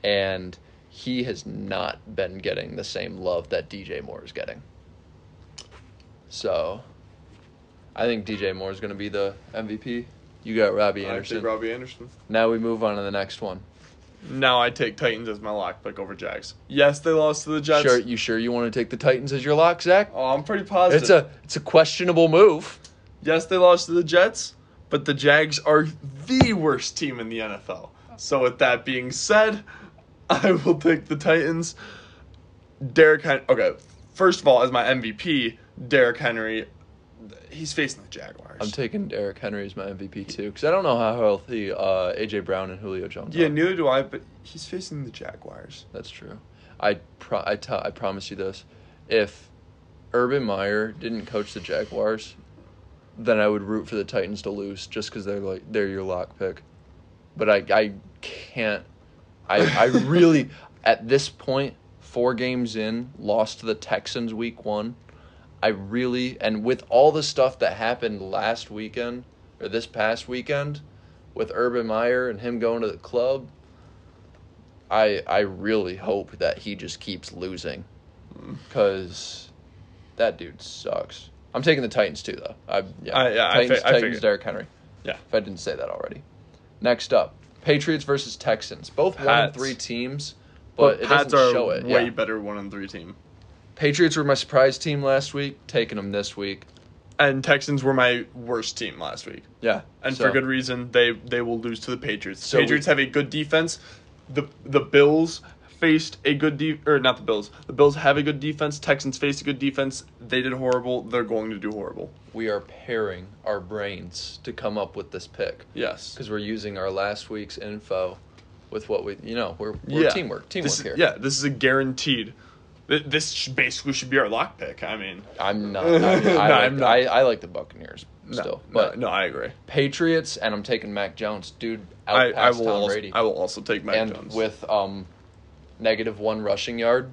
Speaker 1: and he has not been getting the same love that DJ Moore is getting. So, I think DJ Moore is going to be the MVP. You got Robbie
Speaker 2: I
Speaker 1: Anderson.
Speaker 2: take Robbie Anderson.
Speaker 1: now we move on to the next one.
Speaker 2: Now I take Titans as my lock pick over Jags. Yes, they lost to the Jets.
Speaker 1: sure, you sure you want to take the Titans as your lock, Zach?
Speaker 2: Oh, I'm pretty positive.
Speaker 1: It's a it's a questionable move.
Speaker 2: yes, they lost to the Jets, but the Jags are the worst team in the NFL. So with that being said, I will take the Titans. Derrick Henry. Okay, first of all, as my MVP, Derrick Henry, he's facing the Jaguars.
Speaker 1: I'm taking Derrick Henry as my MVP too because I don't know how healthy uh, AJ Brown and Julio Jones.
Speaker 2: yeah,
Speaker 1: are.
Speaker 2: neither do I, but he's facing the Jaguars.
Speaker 1: that's true. I pro- I, t- I promise you this: if Urban Meyer didn't coach the Jaguars, then I would root for the Titans to lose just because they're like they're your lock pick. But I I can't. I I really at this point four games in lost to the Texans week one. I really and with all the stuff that happened last weekend or this past weekend with Urban Meyer and him going to the club, I I really hope that he just keeps losing
Speaker 2: Mm.
Speaker 1: cuz that dude sucks. I'm taking the Titans too though. I yeah.
Speaker 2: I- yeah, I
Speaker 1: Titans
Speaker 2: fi- I
Speaker 1: Titans
Speaker 2: figured.
Speaker 1: Derrick Henry.
Speaker 2: Yeah.
Speaker 1: If I didn't say that already. Next up, Patriots versus Texans. Both one and
Speaker 2: Pats.
Speaker 1: three teams, but, it
Speaker 2: Pats
Speaker 1: doesn't
Speaker 2: are
Speaker 1: show it.
Speaker 2: way
Speaker 1: yeah.
Speaker 2: better one and three team.
Speaker 1: Patriots were my surprise team last week, taking them this week.
Speaker 2: And Texans were my worst team last week.
Speaker 1: Yeah.
Speaker 2: and
Speaker 1: so-
Speaker 2: for good reason. They they will lose to the Patriots.
Speaker 1: So
Speaker 2: Patriots
Speaker 1: we-
Speaker 2: have a good defense. The the Bills faced a good de- or not the Bills. The Bills have a good defense. Texans faced a good defense. They did horrible. They're going to do horrible.
Speaker 1: we are pairing our brains to come up with this pick
Speaker 2: Yes.
Speaker 1: because we're using our last week's info with what we you know we're, we're teamwork teamwork
Speaker 2: this,
Speaker 1: here
Speaker 2: Yeah, this is a guaranteed. th- This sh- basically should be our lock pick. I mean,
Speaker 1: i'm not i, mean,
Speaker 2: No,
Speaker 1: I, like,
Speaker 2: I'm not.
Speaker 1: I, I like the buccaneers
Speaker 2: no,
Speaker 1: still
Speaker 2: no,
Speaker 1: but
Speaker 2: no, I agree.
Speaker 1: patriots and i'm taking mac jones dude out
Speaker 2: I, I
Speaker 1: past
Speaker 2: will.
Speaker 1: tom
Speaker 2: Also,
Speaker 1: brady
Speaker 2: I will also take Mac
Speaker 1: and
Speaker 2: Jones.
Speaker 1: with um negative one rushing yard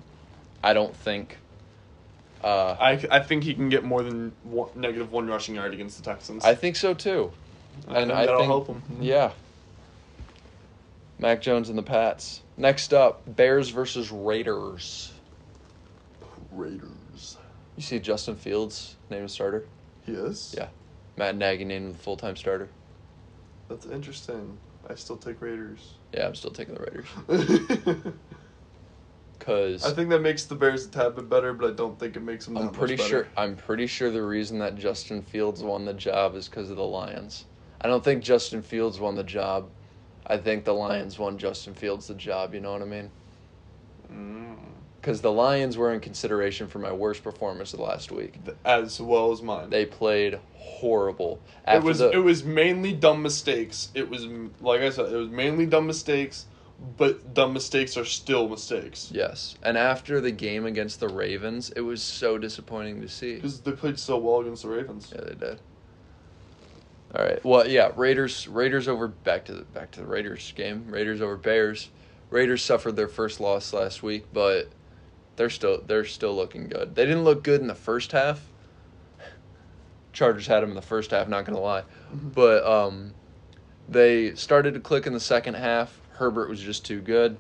Speaker 1: i don't think uh
Speaker 2: I, I think he can get more than one, negative one rushing yard against the Texans.
Speaker 1: i think so too and I
Speaker 2: that'll
Speaker 1: think-
Speaker 2: help him.
Speaker 1: Yeah. Mac Jones and the Pats. Next up, Bears versus Raiders.
Speaker 2: Raiders.
Speaker 1: You see Justin Fields named a starter.
Speaker 2: Yes.
Speaker 1: Yeah. Matt Nagy named the full time starter.
Speaker 2: That's interesting. I still take Raiders.
Speaker 1: Yeah, I'm still taking the Raiders.
Speaker 2: I
Speaker 1: Cause
Speaker 2: think that makes the Bears a tad bit better, but I don't think it makes them. that
Speaker 1: I'm
Speaker 2: much
Speaker 1: pretty
Speaker 2: better.
Speaker 1: sure I'm pretty sure the reason that Justin Fields won the job is because of the Lions. I don't think Justin Fields won the job. I think the Lions won Justin Fields the job, you know what I mean?
Speaker 2: Mm.
Speaker 1: Because the Lions were in consideration for my worst performance of the last week.
Speaker 2: Th- as well as mine.
Speaker 1: They played horrible.
Speaker 2: it
Speaker 1: After
Speaker 2: was
Speaker 1: the,
Speaker 2: it was mainly dumb mistakes. It was m- like I said, it was mainly dumb mistakes, but dumb mistakes are still mistakes
Speaker 1: yes, and after the game against the Ravens, it was so disappointing to see.
Speaker 2: because they played so well against the Ravens.
Speaker 1: Yeah, they did. All right. Well, yeah. Raiders. Raiders over back to the back to the Raiders game. Raiders over Bears. Raiders suffered their first loss last week, but they're still they're still looking good. They didn't look good in the first half. Chargers had them in the first half. Not gonna lie, but um, they started to click in the second half. Herbert was just too good.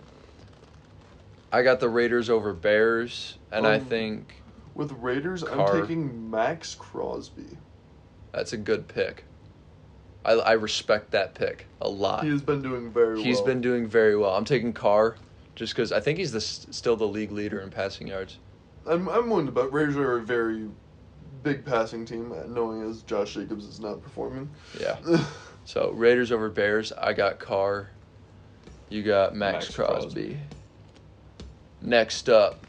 Speaker 1: I got the Raiders over Bears, and I
Speaker 2: Um,
Speaker 1: think
Speaker 2: With Raiders,
Speaker 1: Carr.
Speaker 2: I'm taking Max Crosby.
Speaker 1: that's a good pick. I I respect that pick a lot.
Speaker 2: He has been doing very well.
Speaker 1: He's been doing very well. I'm taking Carr just because I think he's the, s- still the league leader in passing yards.
Speaker 2: I'm I'm willing to bet Raiders are a very big passing team, uh, knowing as Josh Jacobs is not performing.
Speaker 1: Yeah. So Raiders over Bears. I got Carr. You got Max,
Speaker 2: Max
Speaker 1: Crosby.
Speaker 2: Crosby.
Speaker 1: Next up,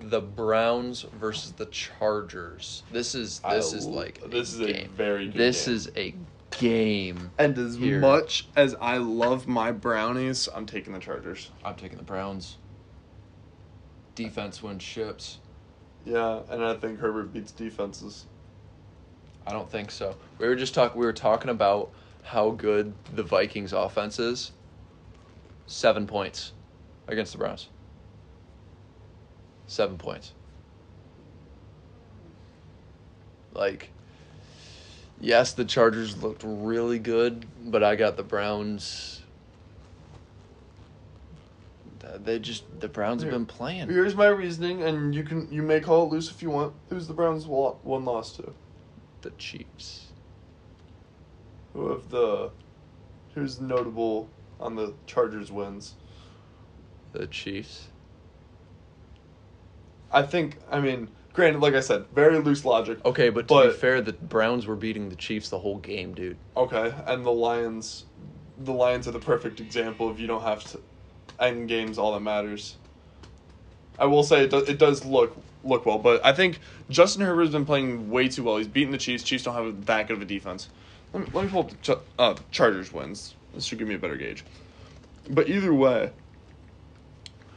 Speaker 1: the Browns versus the Chargers. This is this
Speaker 2: I
Speaker 1: is
Speaker 2: l-
Speaker 1: like a
Speaker 2: this is a
Speaker 1: game.
Speaker 2: very good
Speaker 1: this
Speaker 2: game.
Speaker 1: is a game.
Speaker 2: and as
Speaker 1: here.
Speaker 2: much as I love my brownies, I'm taking the Chargers.
Speaker 1: I'm taking the Browns. Defense wins ships.
Speaker 2: Yeah, and I think Herbert beats defenses.
Speaker 1: I don't think so. We were just talking. We were talking about how good the Vikings' offense is. Seven points against the Browns. Seven points. Like, yes, the Chargers looked really good, but I got the Browns. Th- They just the Browns have
Speaker 2: Here.
Speaker 1: been playing.
Speaker 2: Here's my reasoning, and you can you may call it loose if you want. Who's the Browns' wa- one loss to?
Speaker 1: The Chiefs.
Speaker 2: Who of the who's notable on the Chargers wins?
Speaker 1: The Chiefs.
Speaker 2: I think I mean, granted, like I said, very loose logic.
Speaker 1: Okay, but to be
Speaker 2: But-
Speaker 1: fair, the Browns were beating the Chiefs the whole game, dude.
Speaker 2: Okay, and the Lions, the Lions are the perfect example of you don't have to end games all that matters. I will say it does, it does look look well, but I think Justin Herbert's been playing way too well. He's beaten the Chiefs. Chiefs don't have that good of a defense. Let me, let me pull up the Ch- uh, Chargers wins. This should give me a better gauge. But either way,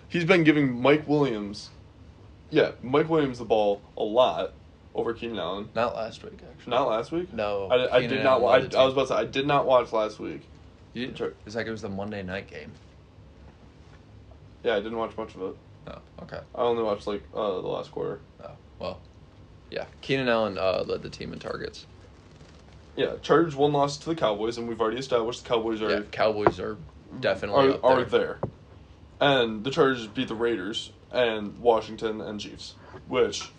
Speaker 2: he's been giving Mike Williams, yeah, Mike Williams the ball a lot over Keenan Allen.
Speaker 1: Not last week, actually.
Speaker 2: Not last week.
Speaker 1: No.
Speaker 2: I, I
Speaker 1: Keenan
Speaker 2: did not.
Speaker 1: Allen
Speaker 2: wa- I, I
Speaker 1: led
Speaker 2: was
Speaker 1: the team.
Speaker 2: about to. say, I did not watch last week.
Speaker 1: You didn't-
Speaker 2: Sure.
Speaker 1: It's like it was the Monday night game.
Speaker 2: Yeah, I didn't watch much of it.
Speaker 1: Oh, okay.
Speaker 2: I only watched like uh, the last quarter.
Speaker 1: Oh, well. Yeah, Keenan Allen uh, led the team in targets.
Speaker 2: Yeah, Chargers one loss to the Cowboys, and we've already established the Cowboys are
Speaker 1: Yeah, Cowboys are definitely
Speaker 2: are,
Speaker 1: up
Speaker 2: are
Speaker 1: there.
Speaker 2: there, and the Chargers beat the Raiders and Washington and Chiefs, which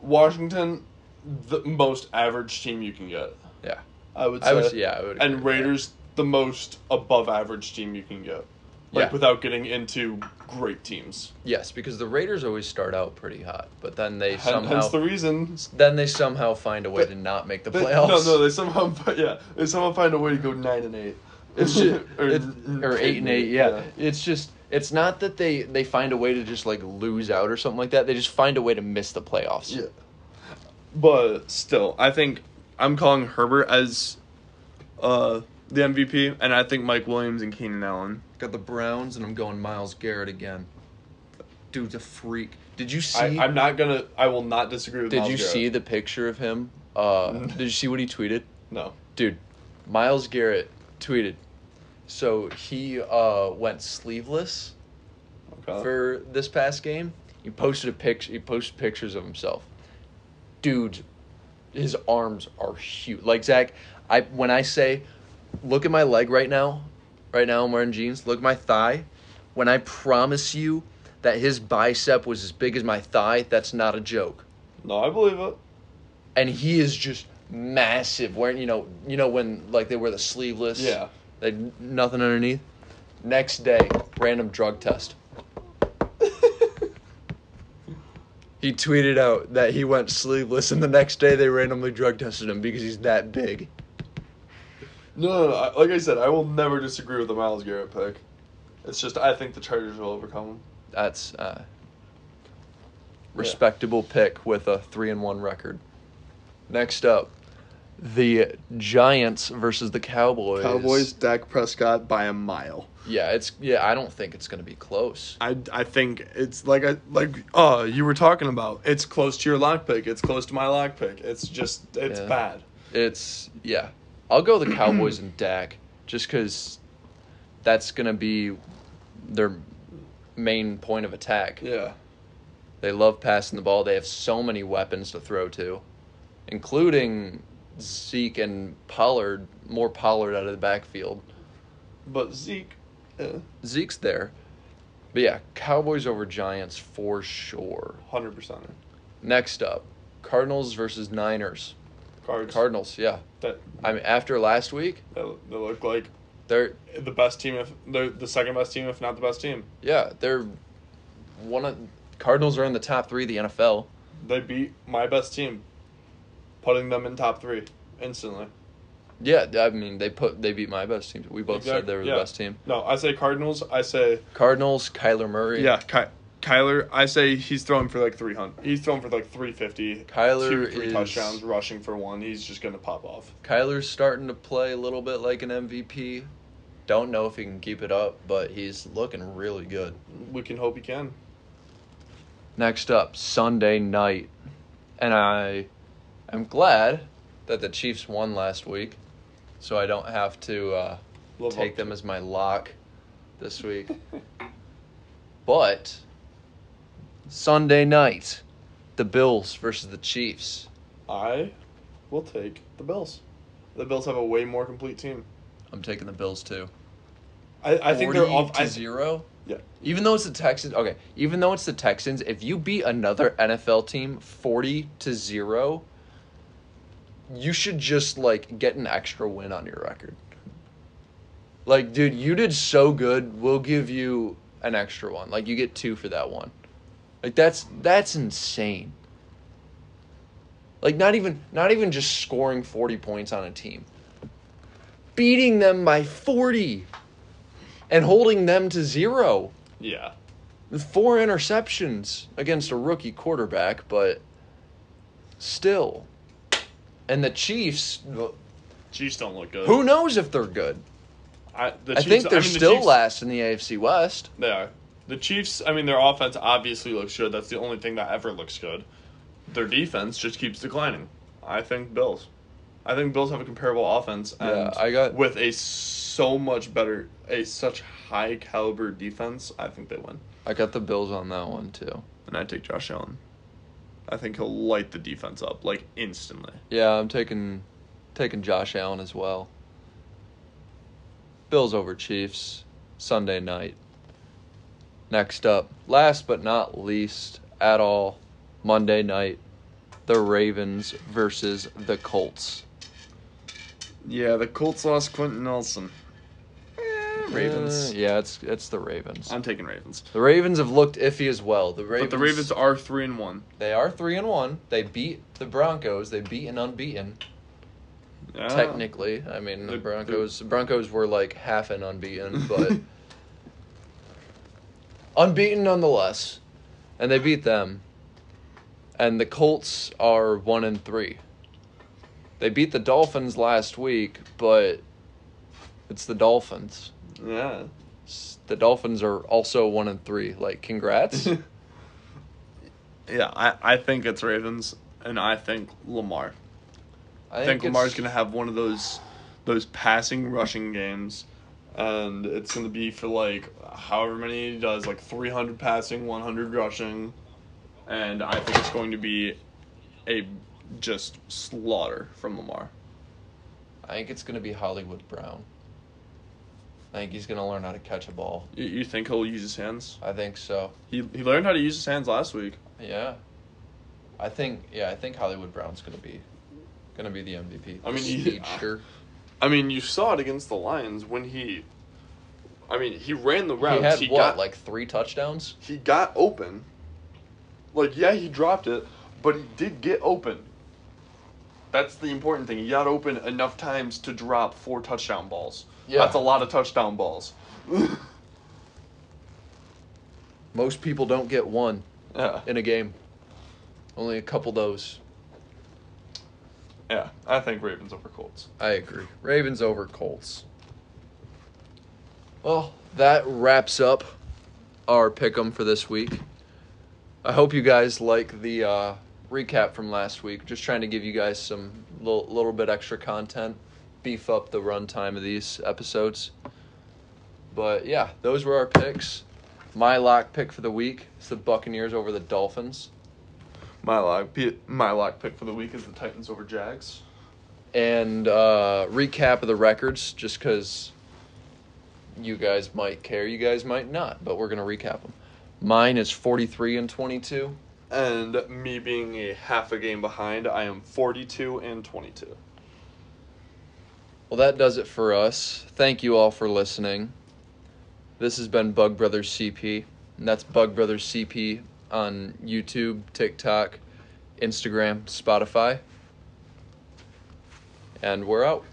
Speaker 2: Washington, the most average team you can get.
Speaker 1: Yeah,
Speaker 2: I would say.
Speaker 1: I was. Yeah, I would. agree
Speaker 2: and
Speaker 1: with that.
Speaker 2: Raiders the most above average team you can get, like
Speaker 1: Yeah.
Speaker 2: without getting into great teams.
Speaker 1: Yes, because the Raiders always start out pretty hot, but then they
Speaker 2: Hen-
Speaker 1: somehow
Speaker 2: Hence the reason
Speaker 1: then they somehow find a way
Speaker 2: But-
Speaker 1: to not make the
Speaker 2: They-
Speaker 1: playoffs.
Speaker 2: No, no, they somehow, fi- yeah, they somehow find a way to go nine and eight.
Speaker 1: It's just,
Speaker 2: Or
Speaker 1: or,
Speaker 2: n-
Speaker 1: or eight and eight, yeah. It's just it's not that they they find a way to just like lose out or something like that. They just find a way to miss the playoffs.
Speaker 2: yeah. But still, I think I'm calling Herbert as uh, the MVP, and I think Mike Williams and Keenan Allen.
Speaker 1: Got the Browns and I'm going Miles Garrett again. Dude's a freak. Did you see?
Speaker 2: I, I'm not gonna. I will not disagree with.
Speaker 1: did
Speaker 2: Miles
Speaker 1: you
Speaker 2: Garrett.
Speaker 1: see the picture of him? Uh, did you see what he tweeted?
Speaker 2: No.
Speaker 1: Dude, Miles Garrett tweeted. So he uh, went sleeveless
Speaker 2: Okay.
Speaker 1: for this past game. He posted a picture. He posted pictures of himself. Dude, his arms are huge. Like Zach, I when I say, look at my leg right now. Right now I'm wearing jeans. Look at my thigh. When I promise you that his bicep was as big as my thigh, that's not a joke.
Speaker 2: no, I believe it.
Speaker 1: And he is just massive. Wearing you know you know when like they wear the sleeveless.
Speaker 2: Yeah.
Speaker 1: They nothing underneath. Next day, random drug test. He tweeted out that he went sleeveless, and the next day they randomly drug tested him because he's that big.
Speaker 2: No, no, no. I, like I said, I will never disagree with the Miles Garrett pick. It's just I think the Chargers will overcome him.
Speaker 1: That's uh, respectable pick with a three and one record. Next up, the Giants versus the Cowboys.
Speaker 2: Dak Prescott by a mile.
Speaker 1: Yeah, it's yeah. I don't think it's gonna be close.
Speaker 2: I, I think it's like I like oh, uh you were talking about. It's close to your lock pick. It's close to my lock pick. It's just it's
Speaker 1: Yeah.
Speaker 2: bad.
Speaker 1: It's yeah. I'll go the Cowboys and Dak just because that's gonna be their main point of attack.
Speaker 2: Yeah.
Speaker 1: They love passing the ball. They have so many weapons to throw to, including Zeke and Pollard. More Pollard out of the backfield.
Speaker 2: But Zeke, uh,
Speaker 1: Zeke's there, but yeah, Cowboys over Giants for sure.
Speaker 2: 100%.
Speaker 1: Next up, Cardinals versus Niners.
Speaker 2: Cards
Speaker 1: Cardinals, yeah.
Speaker 2: that,
Speaker 1: I mean, after last week,
Speaker 2: that they look like
Speaker 1: they're
Speaker 2: the best team, if they're the second best team, if not the best team.
Speaker 1: yeah, they're one of Cardinals are in the top three of the NFL.
Speaker 2: They beat my best team, putting them in top three instantly.
Speaker 1: Yeah, I mean they put they beat my best team. We both said they were
Speaker 2: Yeah.
Speaker 1: the best team.
Speaker 2: No, I say Cardinals. I say
Speaker 1: Cardinals, Kyler Murray.
Speaker 2: yeah, Ky- Kyler. I say he's throwing for like three hundred. He's throwing for like three fifty.
Speaker 1: Kyler
Speaker 2: two, three
Speaker 1: is-
Speaker 2: touchdowns, rushing for one. He's just gonna pop off.
Speaker 1: Kyler's starting to play a little bit like an MVP. Don't know if he can keep it up, but he's looking really good.
Speaker 2: We can hope he can.
Speaker 1: Next up, Sunday night. And I am glad that the Chiefs won last week, so I don't have to uh,
Speaker 2: Live
Speaker 1: take
Speaker 2: up
Speaker 1: them as my lock this week. but Sunday night, the Bills versus the Chiefs.
Speaker 2: I will take the Bills. The Bills have a way more complete team.
Speaker 1: I'm taking the Bills too.
Speaker 2: I, I think they're
Speaker 1: 40
Speaker 2: off.
Speaker 1: to
Speaker 2: I,
Speaker 1: zero.
Speaker 2: yeah,
Speaker 1: Even though it's the Texans, okay. Even though it's the Texans, if you beat another NFL team forty to zero, you should just like get an extra win on your record. Like, dude, you did so good. We'll give you an extra one. Like, you get two for that one. Like, that's that's insane. Like, not even not even just scoring forty points on a team, beating them by forty, and holding them to zero
Speaker 2: yeah.
Speaker 1: four interceptions against a rookie quarterback, but still. And the Chiefs,
Speaker 2: Chiefs don't look good.
Speaker 1: who knows if they're good?
Speaker 2: I, the
Speaker 1: I
Speaker 2: Chiefs,
Speaker 1: think they're
Speaker 2: mean, the
Speaker 1: still
Speaker 2: Chiefs-
Speaker 1: last in the AFC West.
Speaker 2: They are. The Chiefs, I mean, their offense obviously looks good. That's the only thing that ever looks good. Their defense just keeps declining. I think Bills. I think Bills have a comparable offense. And
Speaker 1: Yeah, I got-
Speaker 2: with a so much better, a such high caliber defense. I think they win,
Speaker 1: I got the Bills on that one too.
Speaker 2: and I take Josh Allen. I think he'll light the defense up like instantly.
Speaker 1: Yeah, I'm taking taking Josh Allen as well. Bills over Chiefs Sunday night. Next up, last but not least at all, Monday night, the Ravens versus the Colts.
Speaker 2: Yeah, the Colts lost Quentin Nelson. Ravens.
Speaker 1: Uh, yeah, it's it's the Ravens.
Speaker 2: Eh, I'm taking Ravens.
Speaker 1: The Ravens have looked iffy as well. The Ravens,
Speaker 2: But the Ravens are three and one.
Speaker 1: they are three and one. They beat the Broncos. They beat and unbeaten.
Speaker 2: Yeah.
Speaker 1: Technically, I mean
Speaker 2: Oh. The-
Speaker 1: the
Speaker 2: the-
Speaker 1: Broncos. The Broncos were like half an unbeaten, but unbeaten nonetheless, and they beat them. And the Colts are one and three. They beat the Dolphins last week, but it's the Dolphins.
Speaker 2: Yeah.
Speaker 1: S- The Dolphins are also one and three. Like, congrats.
Speaker 2: Yeah, I, I think it's Ravens, and I think Lamar. I think,
Speaker 1: it's-
Speaker 2: Lamar's gonna have one of those those passing rushing games, and it's gonna be for like however many he does, like three hundred passing, one hundred rushing, and I think it's going to be a just slaughter from Lamar.
Speaker 1: I think it's gonna be Hollywood Brown. I think he's gonna learn how to catch a ball.
Speaker 2: You, you think he'll use his hands?
Speaker 1: I think so.
Speaker 2: He he learned how to use his hands last week.
Speaker 1: Yeah. I think yeah, I think Hollywood Brown's gonna be gonna be the MVP.
Speaker 2: I mean, he- uh,
Speaker 1: Speedster.
Speaker 2: I mean, you saw it against the Lions when he. I mean, he ran the
Speaker 1: he,
Speaker 2: routes.
Speaker 1: had what,
Speaker 2: got-
Speaker 1: like three touchdowns?
Speaker 2: he got open. Like, yeah, he dropped it, but he did get open. That's the important thing. He got open enough times to drop four touchdown balls.
Speaker 1: Yeah.
Speaker 2: That's a lot of touchdown balls.
Speaker 1: Most people don't get one
Speaker 2: yeah.
Speaker 1: in a game. Only a couple those.
Speaker 2: Yeah. I think Ravens over Colts.
Speaker 1: I agree. Ravens over Colts. Well, that wraps up our pick 'em for this week. I hope you guys like the uh, recap from last week. Just trying to give you guys some little, little bit extra content, beef up the runtime of these episodes. But yeah, those were our picks. My lock pick for the week is the Buccaneers over the Dolphins.
Speaker 2: My lock, P- my lock pick for the week is the Titans over Jags.
Speaker 1: and uh, recap of the records just because you guys might care, you guys might not, but we're going to recap them. Mine is 43 and 22.
Speaker 2: And me being a half a game behind, I am 42 and 22.
Speaker 1: Well, that does it for us. Thank you all for listening. This has been Bug Brothers CP, and that's Bug Brothers CP on YouTube, TikTok, Instagram, Spotify. And we're out.